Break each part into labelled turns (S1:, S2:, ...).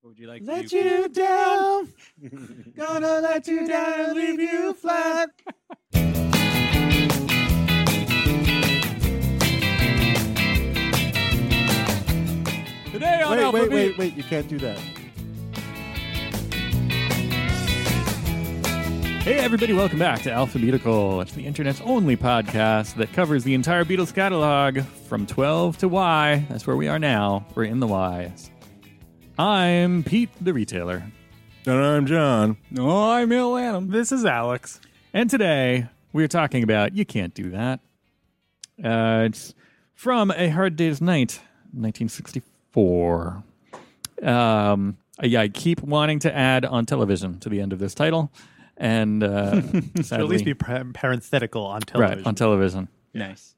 S1: What would you like?
S2: Let
S1: to do?
S2: you down. Gonna let you down and leave you flat.
S1: today on
S2: Wait,
S1: Alpha
S2: wait,
S1: Beat.
S2: wait, wait. You can't do that.
S1: Hey, everybody, welcome back to Alphabetical. It's the internet's only podcast that covers the entire Beatles catalog from 12 to Y. That's where we are now. We're in the Ys. I'm Pete the Retailer.
S2: And I'm John.
S1: No, I'm Ill Adam.
S3: This is Alex.
S1: And today we're talking about You Can't Do That. Uh, it's from A Hard Day's Night, 1964. Um, I, I keep wanting to add on television to the end of this title. And uh,
S3: Should at least
S1: sadly-
S3: be par- parenthetical on television.
S1: Right, on television.
S3: Nice.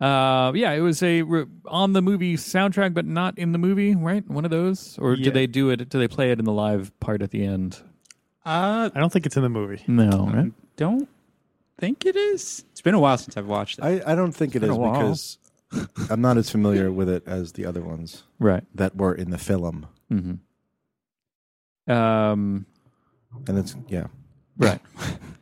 S1: Uh, yeah, it was a re- on the movie soundtrack, but not in the movie, right? One of those, or do
S3: Yeah.
S1: they do it? Do they play it in the live part at the end? Uh,
S4: Uh,
S3: I don't think it's in the movie.
S1: No, right?
S4: don't think it is. It's been a while since I've watched it.
S2: I, I don't think it
S1: been
S2: is
S1: a while.
S2: because I'm not as familiar with it as the other ones
S1: right.
S2: that were in the film.
S1: Mm-hmm. Um,
S2: And it's, yeah,
S1: right.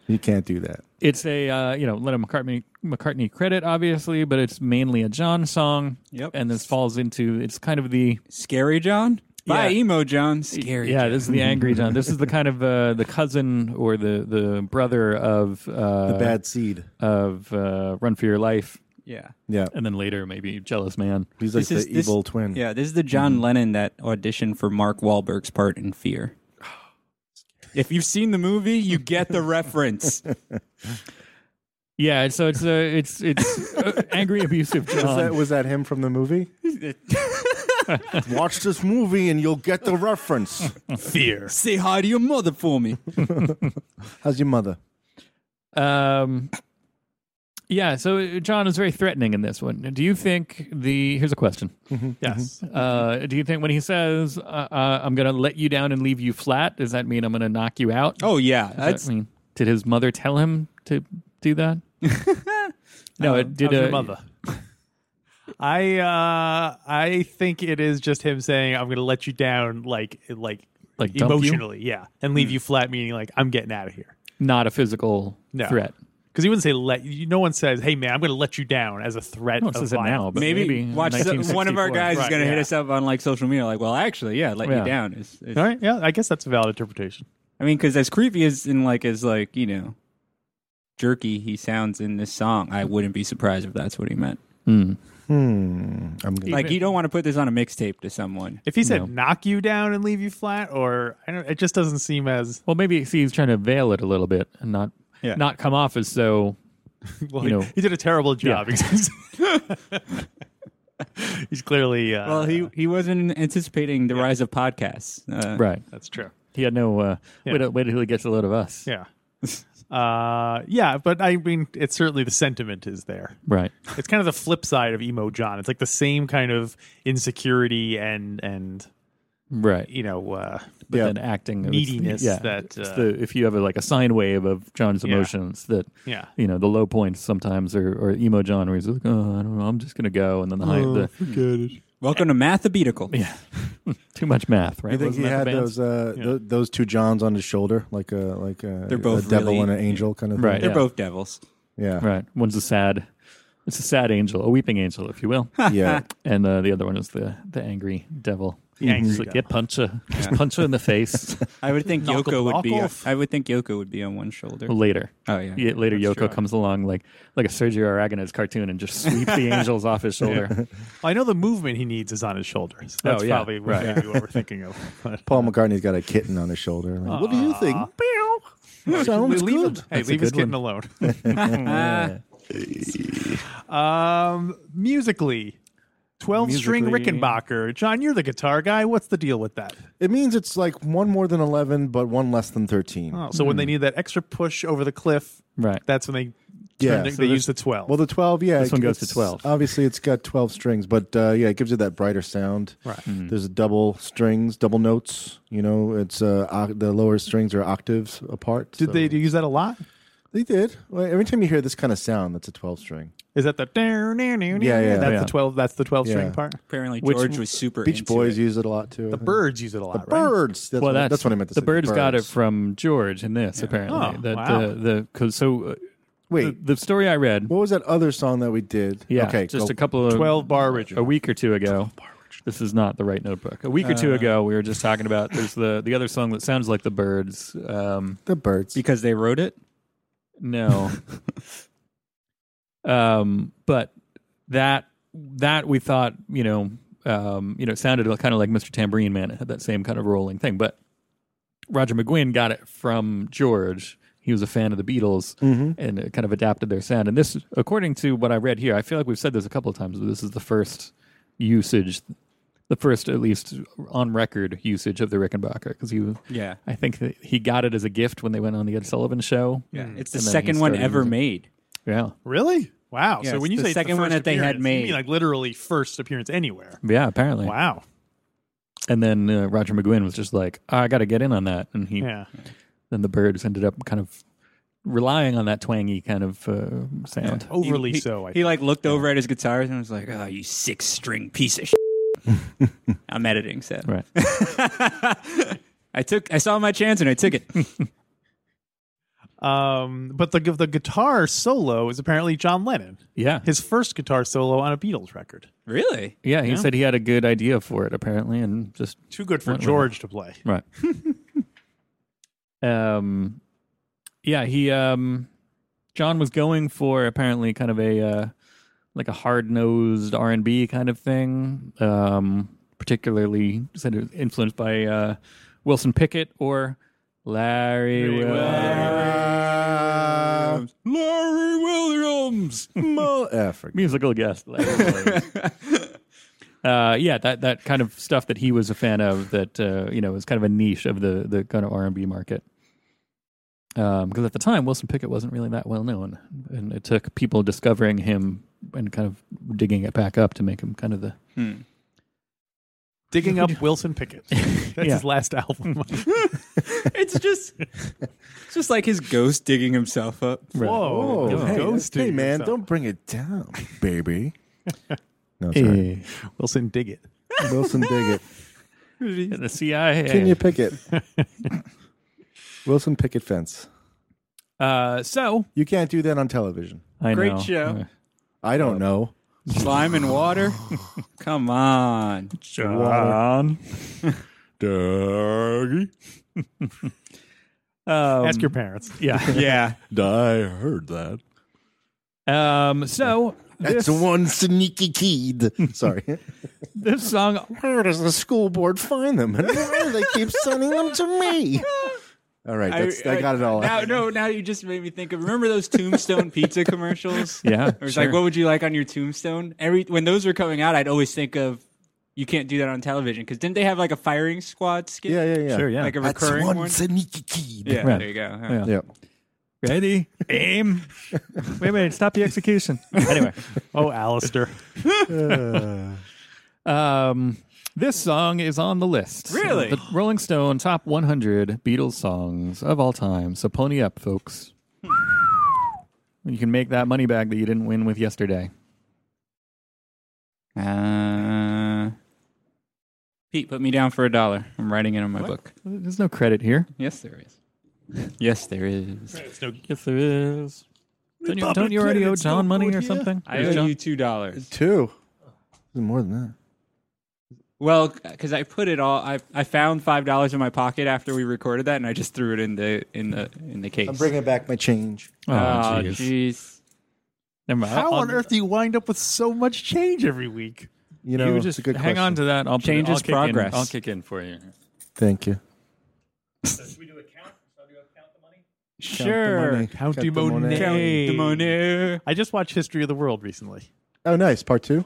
S2: you can't do that.
S1: it's a uh, you know Lennon McCartney McCartney credit, obviously, but it's mainly a John song,
S4: Yep.
S1: and this falls into it's kind of the
S4: Scary John? By
S1: Yeah.
S4: emo John. Scary
S1: yeah.
S4: John.
S1: This is the angry John. This is the kind of uh, the cousin or the the brother of uh,
S2: The bad seed.
S1: of uh, Run for Your Life.
S4: yeah.
S2: Yeah.
S1: and then later maybe Jealous Man.
S2: He's like
S4: This is-
S2: the
S4: this-
S2: evil twin. Mm-hmm.
S4: Yeah, this is the John Lennon that auditioned for Mark Wahlberg's part in Fear. If you've seen the movie, you get the reference.
S1: Yeah, so it's uh, it's it's uh, angry abusive
S2: Was that,
S1: John.
S2: was that him from the movie? Watch this movie and you'll get the reference.
S3: Fear.
S4: Say hi to your mother for me.
S2: How's your mother?
S1: Um, yeah, so John is very threatening in this one. Do you think the here's a question?
S3: Yes.
S1: Uh, do you think when he says uh, uh, "I'm going to let you down and leave you flat," does that mean I'm going to knock you out?
S4: Oh yeah,
S1: Does that
S4: that's
S1: mean- did his mother tell him to do that? no, it did.
S3: How's your
S1: uh,
S3: mother? I uh, I think it is just him saying, "I'm going to let you down," like like
S1: Like dump you? Hmm.
S3: emotionally, yeah, and leave you flat, meaning like I'm getting out of here.
S1: Not a physical
S3: No.
S1: threat.
S3: Because he wouldn't say let. You, no one says, "Hey man, I'm going to let you down" as a threat.
S1: No, it
S3: of
S1: says it now,
S3: violence.
S1: but
S4: maybe,
S1: maybe,
S4: watch so- one of
S1: 1964.
S4: our guys is
S3: Right,
S4: gonna hit
S3: yeah.
S4: us up on like social media, like, well, actually, yeah, let
S1: Yeah.
S4: you down. Is, is,
S3: All right, yeah, I guess that's a valid interpretation.
S4: I mean, because as creepy as in like as like you know, jerky he sounds in this song, I wouldn't be surprised if that's what he meant.
S1: Mm.
S2: Hmm. I'm gonna,
S4: Like, you don't want to put this on a mixtape to someone.
S3: If he said
S1: No.
S3: knock you down and leave you flat, or I don't, it just doesn't seem as
S1: Well, maybe see, he's trying to veil it a little bit and not
S4: Yeah.
S1: not come off as so. You
S3: well, he,
S1: know.
S3: he did a terrible job. He's clearly uh,
S4: Well, he he wasn't anticipating the rise of podcasts. Uh,
S1: Right.
S3: That's true.
S1: He had no. Uh,
S3: Yeah.
S1: wait, till- wait till he gets a load of us.
S3: Yeah. Uh, yeah, but I mean, it's certainly the sentiment is there.
S1: Right.
S3: It's kind of the flip side of emo John. It's like the same kind of insecurity and and
S1: Right.
S3: you know uh,
S1: But
S2: Yeah.
S1: then acting it's-
S3: neediness
S1: Yeah.
S3: that
S1: It's
S3: uh,
S1: the, if you have a, like a sine wave of John's
S3: Yeah.
S1: emotions that
S3: yeah
S1: you know the low points sometimes are or emo John where he's like oh I don't know I'm just gonna go and then the, high, the
S4: Welcome to Mathabetical. Yeah.
S1: too much math right
S2: you think he
S1: Wasn't
S2: had
S1: that the band's-
S2: those uh, tho- those two Johns on his shoulder, like a like a,
S4: They're both
S2: a devil
S4: really-
S2: and an angel kind of thing?
S1: Right,
S4: They're
S1: Yeah.
S4: both devils.
S2: Yeah.
S1: right one's a sad it's a sad angel a weeping angel if you will
S2: Yeah.
S1: and uh, the other one is the the angry devil
S3: The angry
S1: Just like, get puncher just
S4: Yeah.
S1: punch her in the face
S4: I would think
S3: Knock 'em
S4: Yoko would
S3: block
S4: be.
S3: off.
S4: I would think Yoko would be on one shoulder.
S1: later
S4: Oh yeah.
S1: Yeah, later Yoko
S3: true.
S1: comes along like like a Sergio Aragonés cartoon and just sweeps the angels off his shoulder.
S3: I know the movement he needs is on his shoulders. That's
S1: Oh, yeah.
S3: probably what,
S1: Right.
S3: maybe what we're thinking of. But,
S2: Paul McCartney's got a kitten on his shoulder. Like, what do you think? Sounds
S3: leave him-
S2: good.
S3: Hey,
S1: That's a
S3: leave his
S1: good
S3: kitten alone. um, musically, twelve string
S1: Musically.
S3: Rickenbacker. John, you're the guitar guy. What's the deal with that?
S2: It means it's like one more than eleven, but one less than thirteen.
S3: Oh, so when they need that extra push over the cliff,
S1: Right.
S3: that's when they
S2: Yeah,
S3: turn, they,
S2: so
S3: they
S2: this-
S3: use the twelve.
S2: Well, the twelve, yeah,
S1: This one
S2: it-
S1: goes to
S2: it's-
S1: 12.
S2: Obviously, it's got twelve strings, but uh, yeah, it gives you that brighter sound.
S3: Right.
S5: Hmm.
S1: Mm-hmm.
S2: There's a double strings, double notes. You know, it's uh, oc- the lower strings are octaves apart.
S3: Did
S2: so-
S3: they use that a lot?
S5: They did. Well, every time you hear this kind of sound, that's a 12 string.
S3: Is that the
S5: Yeah, yeah.
S3: That's
S1: Yeah.
S3: the twelve. That's the twelve
S5: Yeah.
S3: string part.
S4: Apparently,
S3: Which-
S4: George was super.
S5: Beach
S4: into
S5: Boys
S4: it.
S5: use it a lot too. I
S3: The
S5: think.
S3: birds use it a lot,
S5: The
S3: right?
S5: birds. That's,
S1: well,
S5: what,
S1: that's,
S5: that's, what I meant to
S1: the
S5: say.
S1: birds, got it
S5: birds.
S1: from George in this, apparently.
S3: Oh,
S1: That
S3: wow.
S1: the, the, 'cause so uh,
S5: Wait,
S1: the, the story I read,
S5: what was that other song that we did?
S1: yeah,
S5: Okay,
S1: just
S5: go-
S1: a couple of
S3: 12 bar ritual.
S1: a week or two ago. This is not the right notebook. A week or
S5: Uh.
S1: two ago, we were just talking about there's the the other song that sounds like the birds. Um,
S5: the birds.
S4: because they wrote it.
S1: no, um, but that that we thought you know um, you know it sounded kind of like Mr. Tambourine Man. It had that same kind of rolling thing, but Roger McGuinn got it from George. He was a fan of the Beatles and it kind of adapted their sound. And this, according to what I read here, I feel like we've said this a couple of times, but this is the first usage, the first at least on record usage of the Rickenbacker because he was.
S4: Yeah.
S1: I think that he got it as a gift when they went on the Ed Sullivan show. Yeah,
S4: It's the
S1: And then he
S4: second one
S1: started
S4: ever
S1: using-
S4: made.
S1: yeah,
S3: Really? Wow.
S4: Yeah,
S3: so
S4: it's
S3: when you
S4: the
S3: say it's
S4: second
S3: the
S4: one that
S3: first
S4: they had
S3: appearance, you
S4: made.
S3: mean like literally first appearance anywhere.
S1: yeah. Apparently,
S3: Wow.
S1: and then uh, Roger McGuinn was just like, "I got to get in on that," and he
S3: Yeah.
S1: then the Birds ended up kind of relying on that twangy kind of uh, sound.
S3: Overly
S4: He- he-
S3: so. I
S4: He like looked over at his guitars and was like, "Oh, you six string piece of." shit. I'm editing, so
S1: Right.
S4: I took. I saw my chance and I took it.
S3: Um, but the the guitar solo is apparently John Lennon.
S1: Yeah.
S3: His first guitar solo on a Beatles record.
S4: really?
S1: yeah. He said he had a good idea for it apparently, and just
S3: Too good for
S1: Lennon.
S3: George to play.
S1: Right. um, yeah, he um, John was going for apparently kind of a uh, like a hard nosed R and B kind of thing. Um, particularly said it was influenced by uh, Wilson Pickett or Larry Williams.
S4: Larry Williams.
S5: Mo- ah, forget-
S1: Musical guest. Larry Williams. Uh, yeah, that, that kind of stuff that he was a fan of. That uh, you know was kind of a niche of the the kind of R and B market. Because at the time, Wilson Pickett wasn't really that well known, and it took people discovering him and kind of digging it back up to make him kind of the
S4: Hmm.
S3: Digging up Wilson Pickett. That's
S1: Yeah.
S3: his last album.
S4: it's just, it's just like his ghost digging himself up.
S3: Whoa.
S5: Oh,
S3: Just
S5: hey,
S3: ghosting
S5: hey, man,
S3: yourself.
S5: don't bring it down, baby. No, sorry.
S3: Wilson dig it.
S5: Wilson Pickett.
S1: in the CIA.
S5: Can you pick it? Wilson Pickett fence.
S1: uh, so
S5: You can't do that on television.
S1: I
S4: Great
S1: know.
S4: show.
S5: I don't know.
S4: Slime and water. Come on.
S1: John.
S5: Dougie.
S1: Um,
S3: Ask your parents.
S1: yeah.
S4: Yeah.
S5: I heard that.
S1: Um, so
S5: That's
S1: this,
S5: one sneaky kid. Sorry.
S1: this song
S5: Where does the school board find them? And why do they keep sending them to me? All right, that's, I, got it all.
S4: Now, no, now you just made me think of. Remember those Tombstone pizza commercials?
S1: Yeah,
S4: It was
S1: sure.
S4: like, what would you like on your tombstone? Every when those were coming out, I'd always think of. You can't do that on television because didn't they have like a firing squad skit?
S5: yeah, yeah, yeah.
S1: Sure, yeah.
S4: Like a
S5: That's
S4: recurring
S5: one,
S4: one.
S5: sneaky kid.
S4: Yeah,
S1: Right.
S4: there you go. Huh.
S1: Yeah.
S5: Yeah.
S1: Ready? Aim. Wait a minute. Stop the execution. Anyway,
S3: Oh, Alistair.
S1: um, this song is on the list.
S4: Really?
S1: The Rolling Stone top 100 Beatles songs of all time. So pony up, folks. you can make that money back that you didn't win with yesterday.
S4: Uh, Pete, put me down for a dollar. I'm writing it on my book.
S1: There's no credit here.
S4: Yes, there is. Yes, there is.
S1: Yes, there is. Don't you, don't you already owe John money or something?
S4: I owe you two dollars.
S5: Two. This is more than that.
S4: Well, because I put it all. I I found five dollars in my pocket after we recorded that, and I just threw it in the in the in the case.
S5: I'm bringing back my change.
S1: Oh,
S4: Oh,
S1: jeez.
S4: jeez.
S1: Never mind.
S3: How
S1: I'll-
S3: on earth do you wind up with so much change every week?
S5: You know,
S1: You
S5: it's
S1: just
S5: a good
S1: hang
S5: question.
S1: on to that. I'll
S4: Change
S1: I'll
S4: is
S1: kick in-
S4: progress.
S1: I'll kick in for you.
S5: Thank you.
S4: Sure.
S3: County
S5: Count the money.
S3: Monet.
S4: County
S3: Hey.
S4: Monet.
S3: I just watched History of the World recently.
S5: Oh, nice. Part two.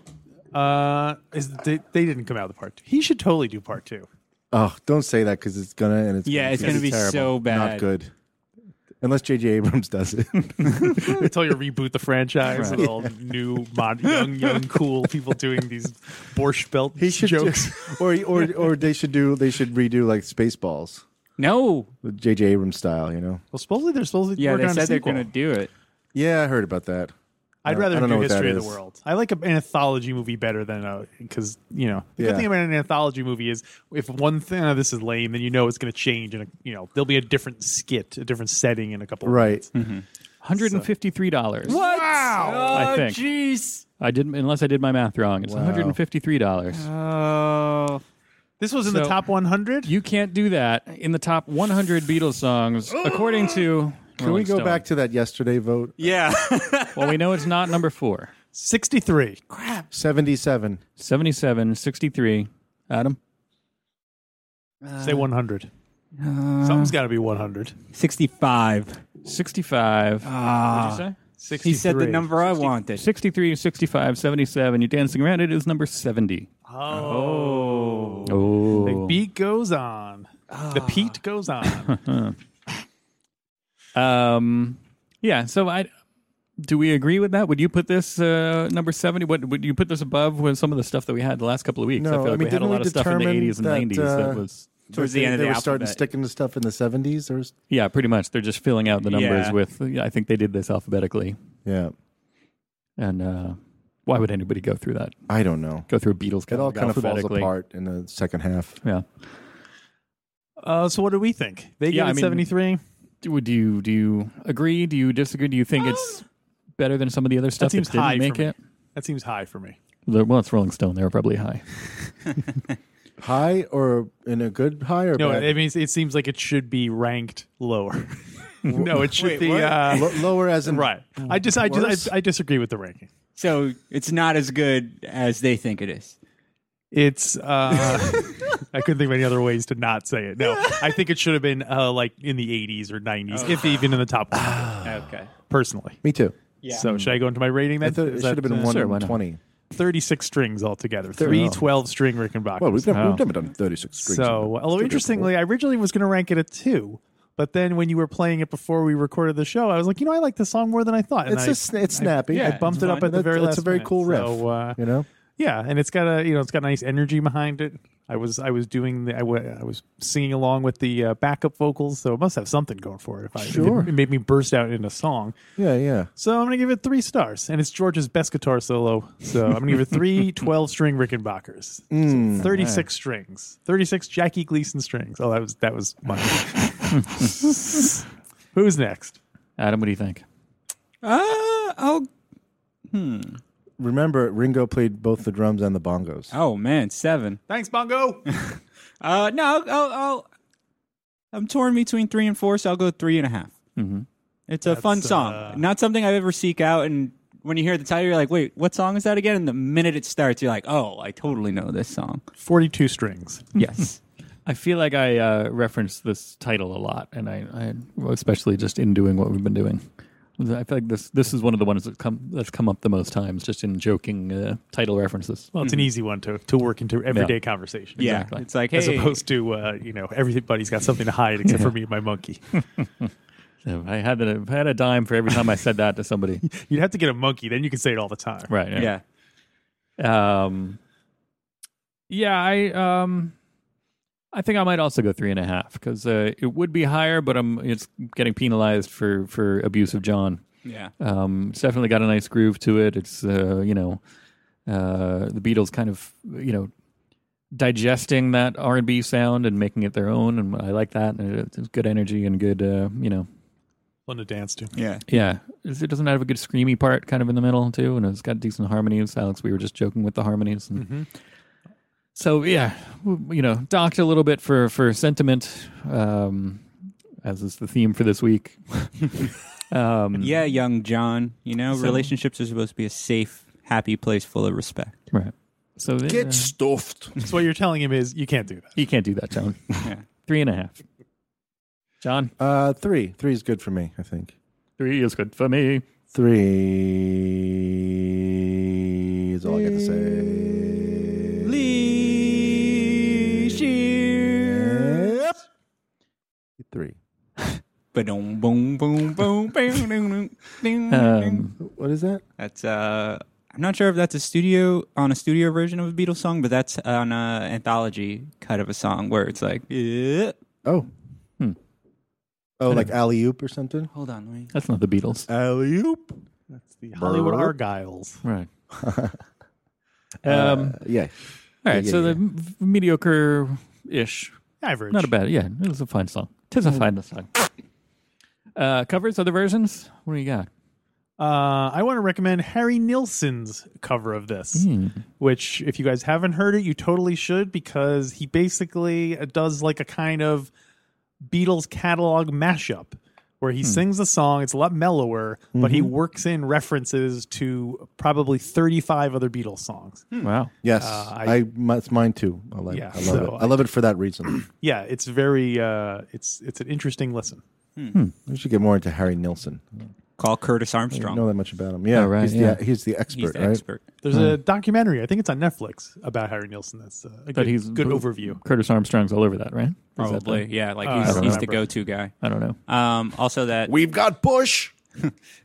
S3: Uh, is they, they didn't come out with the part two. He should totally do part two.
S5: Oh, don't say that because it's gonna and it's
S4: Yeah, it's gonna be
S5: terrible.
S4: so bad.
S5: Not good. Unless J.J. Abrams does it.
S3: Until you reboot the franchise with all new, mod, young, young, cool people doing these borscht belt
S5: He should
S3: jokes.
S5: do- or or or they should do. They should redo like Spaceballs.
S4: No.
S5: the J.J. Abrams style, you know.
S3: Well, supposedly they're supposedly
S4: Yeah,
S3: working
S4: they
S3: on a
S4: said they're
S3: sequel.
S4: going to do it.
S5: Yeah, I heard about that.
S3: I'd
S5: don't- I
S3: rather
S5: don't know
S3: do
S5: what that
S3: History of the
S5: is.
S3: World. I like a, an anthology movie better than a because you know the
S5: Yeah.
S3: good thing about an anthology movie is if one thing oh, this is lame, then you know it's going to change and you know there'll be a different skit, a different setting in a couple. of
S5: Right.
S1: Hundred and fifty-three dollars.
S4: What? Wow.
S1: I think.
S4: Jeez.
S1: I didn't, unless I did my math wrong. It's one hundred and fifty-three dollars.
S4: Oh.
S3: This was in the
S1: So-
S3: top 100.
S1: You can't do that in the top 100 Beatles songs, according to.
S5: Can we go back to that yesterday vote?
S4: Yeah.
S1: Well, we know it's not number four.
S3: 63.
S5: 77.
S1: 77, 63. Adam?
S3: Say 100. Something's got to be 100.
S4: 65.
S1: 65.
S4: Ah.
S1: What did you say?
S4: He said the
S3: 63.
S4: number I wanted.
S1: 63, 65, 77. You're dancing around it is number 70.
S3: Oh. The
S1: Oh.
S3: beat goes on. The Pete goes on.
S1: Um, yeah, so I. Do we agree with that? Would you put this uh, number seventy? What would you put this above with some of the stuff that we had the last couple of weeks?
S5: No,
S1: I feel
S5: I
S1: like
S5: mean,
S1: we had a
S5: didn't we
S1: lot of stuff in the
S5: determine
S1: eighties and
S5: that,
S1: nineties
S5: uh,
S1: that was
S4: Towards
S5: They-
S4: the end of
S5: They
S4: the
S5: were starting
S4: alphabet.
S5: sticking to stuff in the 70s. There was,
S1: Yeah, pretty much. They're just filling out the numbers
S4: Yeah.
S1: with. I think they did this alphabetically,
S5: yeah.
S1: and uh, why would anybody go through that?
S5: I don't know.
S1: Go through a Beatles
S5: It all
S1: catalog
S5: kind of falls
S1: alphabetically?
S5: apart in the second half.
S1: Yeah.
S3: Uh, so what do we think? They
S1: Yeah,
S3: gave
S1: I
S3: it
S1: mean-
S3: 73.
S1: Do, do you do you agree? Do you disagree? Do you think it's better than some of the other stuff Uh, that,
S3: seems high
S1: didn't make
S3: for me.
S1: it?
S3: That seems high for me.
S1: The- Well, it's Rolling Stone. They were probably high.
S5: High or in a good high or
S3: No,
S5: bad?
S3: it means it seems like it should be ranked lower. no, it should be uh,
S5: Lo- lower as in
S3: right. I just, I
S5: Worse?
S3: just, I, I disagree with the ranking.
S4: So it's not as good as they think it is.
S3: It's uh, I couldn't think of any other ways to not say it. No, I think it should have been uh, like in the 80s or 90s, if even in the top 100,
S4: Okay.
S3: personally.
S5: Me too.
S4: Yeah.
S3: So should I go into my rating
S5: Mm. I
S3: then?
S5: thought it
S3: Is
S5: should have
S3: that,
S5: been
S3: uh,
S5: one
S1: sure, why not?
S5: 20.
S3: 36 strings altogether,
S5: Fair
S3: three
S5: enough.
S3: 12 string Rickenbackers.
S5: Well, we've never,
S1: Oh.
S5: we've never done 36 strings.
S3: so, although
S5: Still
S3: interestingly, I originally was going to rank it at two, but then when you were playing it before we recorded the show, I was like, you know, I like this song more than I thought.
S5: good.
S3: And
S5: it's
S3: I,
S5: just it's snappy.
S4: yeah,
S3: I bumped
S4: it's
S3: it up
S4: fine.
S3: at the
S5: That-
S3: very
S5: that's
S3: last.
S5: a very
S3: minute.
S5: cool riff.
S3: So, uh,
S5: you know,
S3: Yeah, and it's got a you know it's got nice energy behind it. I was I was doing the I wa- I was singing along with the uh, backup vocals, so it must have something going for it. If I,
S5: Sure.
S3: it, made me burst out into song.
S5: yeah, yeah.
S3: So I'm gonna give it three stars, and it's George's best guitar solo. So I'm gonna give it three 12 string Rickenbackers,
S1: Mm,
S3: so 36 strings, 36 Jackie Gleason strings. Oh, that was that was mine. Who's next?
S1: Adam, what do you think?
S4: Uh, oh,
S5: Remember, Ringo played both the drums and the bongos.
S4: oh man, seven.
S3: Thanks, Bongo.
S4: Uh, no, I'll, I'll, I'll, I'm torn between three and four, so I'll go three and a half.
S1: Mhm.
S4: It's a fun
S3: That's,
S4: song,
S3: uh,
S4: not something I ever seek out. And when you hear the title, you're like, "Wait, what song is that again?" And the minute it starts, you're like, "Oh, I totally know this song."
S3: 42 strings.
S4: Yes,
S1: I feel like I uh, referenced this title a lot, and I, I especially just in doing what we've been doing. I feel like this this is one of the ones that come that's come up the most times, just in joking uh, title references.
S3: Well, it's an easy one to to work into everyday
S1: Mm-hmm. Yeah.
S3: conversation.
S4: yeah,
S1: Exactly.
S4: it's like,
S3: as
S4: hey,
S3: opposed to uh, you know everybody's got something to hide except for me and my monkey.
S1: If I had a, if I had a dime for every time I said that to somebody.
S3: You'd have to get a monkey, then you can say it all the time.
S1: Right.
S4: yeah.
S1: Um, yeah, I um, I think I might also go three and a half because uh, it would be higher, but I'm it's getting penalized for for abuse of John.
S4: yeah,
S1: Um, it's definitely got a nice groove to it. It's uh, you know, uh, the Beatles kind of you know digesting that R and B sound and making it their own, and I like that. And it- it's good energy and good uh, you know
S3: Fun to dance to.
S4: yeah.
S1: yeah, It's- it doesn't have a good screamy part kind of in the middle too, and it's got decent harmonies. Alex, we were just joking with the harmonies,
S3: Hmm.
S1: and so yeah, w- you know, docked a little bit for for sentiment, um, as is the theme for this week. um,
S4: Yeah, young John. You know, relationships are supposed to be a safe, happy place full of respect.
S1: right. So they- uh,
S5: stuffed.
S3: So what you're telling him is you can't do that.
S1: you can't do that, John.
S4: Yeah.
S1: Three and a half. John,
S5: Uh, three. Three is good for me. I think
S1: three is good for me.
S5: three is all I got to say.
S4: Lee Shear.
S5: Yep. Three.
S4: Ba-dum, boom, boom, boom, boom, doom, doom, doom.
S1: Um,
S5: What is that?
S4: That's uh, I'm not sure if that's a studio on a studio version of a Beatles uh, song, but that's on an anthology cut of a song where it's like, eh,
S5: Oh, Oh, like alley oop or something.
S4: Hold on, let me.
S1: That's not the Beatles.
S5: Alley oop.
S3: That's the Hollywood
S5: Burp.
S3: Argyles.
S1: Right. um,
S5: Yeah.
S1: all right.
S5: Uh, yeah,
S1: so
S5: yeah.
S1: the m- mediocre ish.
S3: Average.
S1: Not a bad. Yeah. It was a fine song. Tis a
S5: Mm.
S1: fine song. Uh, covers, other versions? What do you got?
S3: Uh, I want to recommend Harry Nilsson's cover of this, which, if you guys haven't heard it, you totally should because he basically uh, does like a kind of Beatles catalog mashup where he sings the song. It's a lot mellower, but he works in references to probably 35 other Beatles songs.
S5: Hmm.
S1: Wow.
S5: Yes.
S3: Uh, I-
S5: I, my It's mine too. I, like,
S3: Yeah,
S5: I love
S3: so
S5: it. I love it for that reason.
S3: Yeah, it's very, uh, it's it's an interesting listen.
S5: we should get more into Harry Nilsson.
S4: Call Curtis
S5: I
S4: Armstrong.
S5: don't know that much about him. Yeah.
S1: Oh, right,
S5: He's,
S1: yeah.
S5: The, he's the expert,
S4: He's the
S5: right?
S4: expert.
S3: There's a documentary, I think it's on Netflix, about Harry Nilsson. That's uh, a
S1: But
S3: good,
S1: he's
S3: good overview.
S1: Curtis Armstrong's all over that, right? Is that the-
S4: Probably, yeah. Like
S3: Uh,
S4: he's,
S3: I don't
S4: he's the
S3: remember.
S4: go-to guy.
S1: I don't know.
S4: Um, also, that
S5: We've got Bush.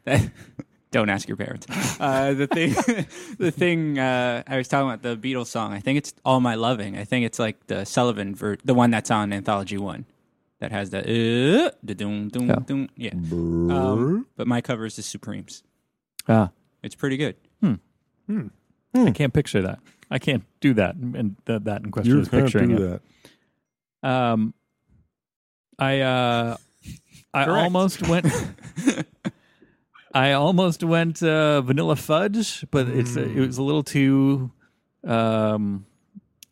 S4: don't ask your parents. Uh, the thing, the thing uh, I was talking about the Beatles song. I think it's "All My Loving." I think it's like the Sullivan ver- the one that's on Anthology One, that has the uh, the doom doom
S1: Yeah.
S4: doom. Yeah. Um, but my cover is the Supremes.
S1: Ah,
S4: It's pretty good.
S1: I can't picture that. I can't do that. And th- that in question
S5: You
S1: is
S5: can't
S1: picturing
S5: do
S1: it.
S5: that.
S1: Um, I uh, I
S3: Correct.
S1: almost went. I almost went uh, vanilla fudge, but it's
S3: Hmm.
S1: it was a little too, um,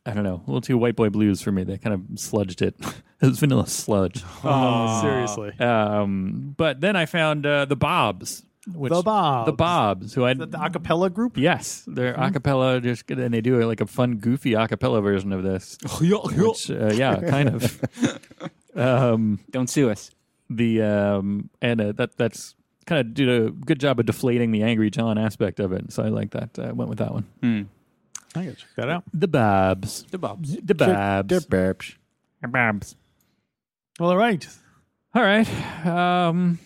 S1: I don't know, a little too white boy blues for me. They kind of sludged it. it was vanilla sludge.
S3: Oh, seriously.
S1: Um, but then I found uh, the Bobs, which
S3: The Bobs.
S1: the Bobs, who I
S3: Is that the Hmm? acapella group?
S1: Yes, they're acapella, just good, and they do like a fun, goofy acapella version of this. Which, uh, yeah, kind of. um,
S4: Don't sue us.
S1: the um, and uh, that that's kind of did a good job of deflating the angry John aspect of it. So I like that. I went with that one.
S4: Hmm.
S3: I gotta check that out.
S1: The Babs,
S4: The Bobs.
S1: the Babs,
S5: They're babs.
S1: the Babs.
S3: Well, all right.
S1: All right. Um,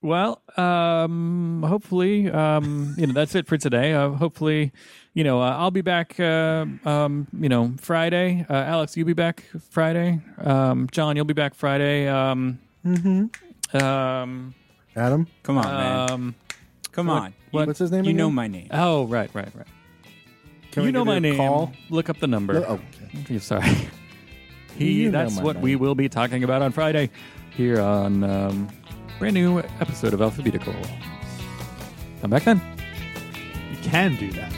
S1: well, um, hopefully, um, you know that's it for today. Uh, hopefully, you know uh, I'll be back. Uh, um, you know Friday. Uh, Alex, you'll be back Friday. Um, John, you'll be back Friday. Um, um,
S5: Adam,
S4: Come on, man.
S1: um,
S4: Come
S1: what-
S4: on.
S1: what-
S5: what's his name?
S4: You
S5: again?
S4: know my name.
S1: oh, right, right, right.
S5: Can we
S1: you know
S5: give it
S1: my
S5: a
S1: name.
S5: Call?
S1: Look up the number.
S5: No, oh, okay.
S1: I'm sorry. He.
S5: You know
S1: that's
S5: my
S1: what
S5: name.
S1: we will be talking about on Friday, here on um, brand new episode of Alphabetical. Come back then.
S3: You can do that.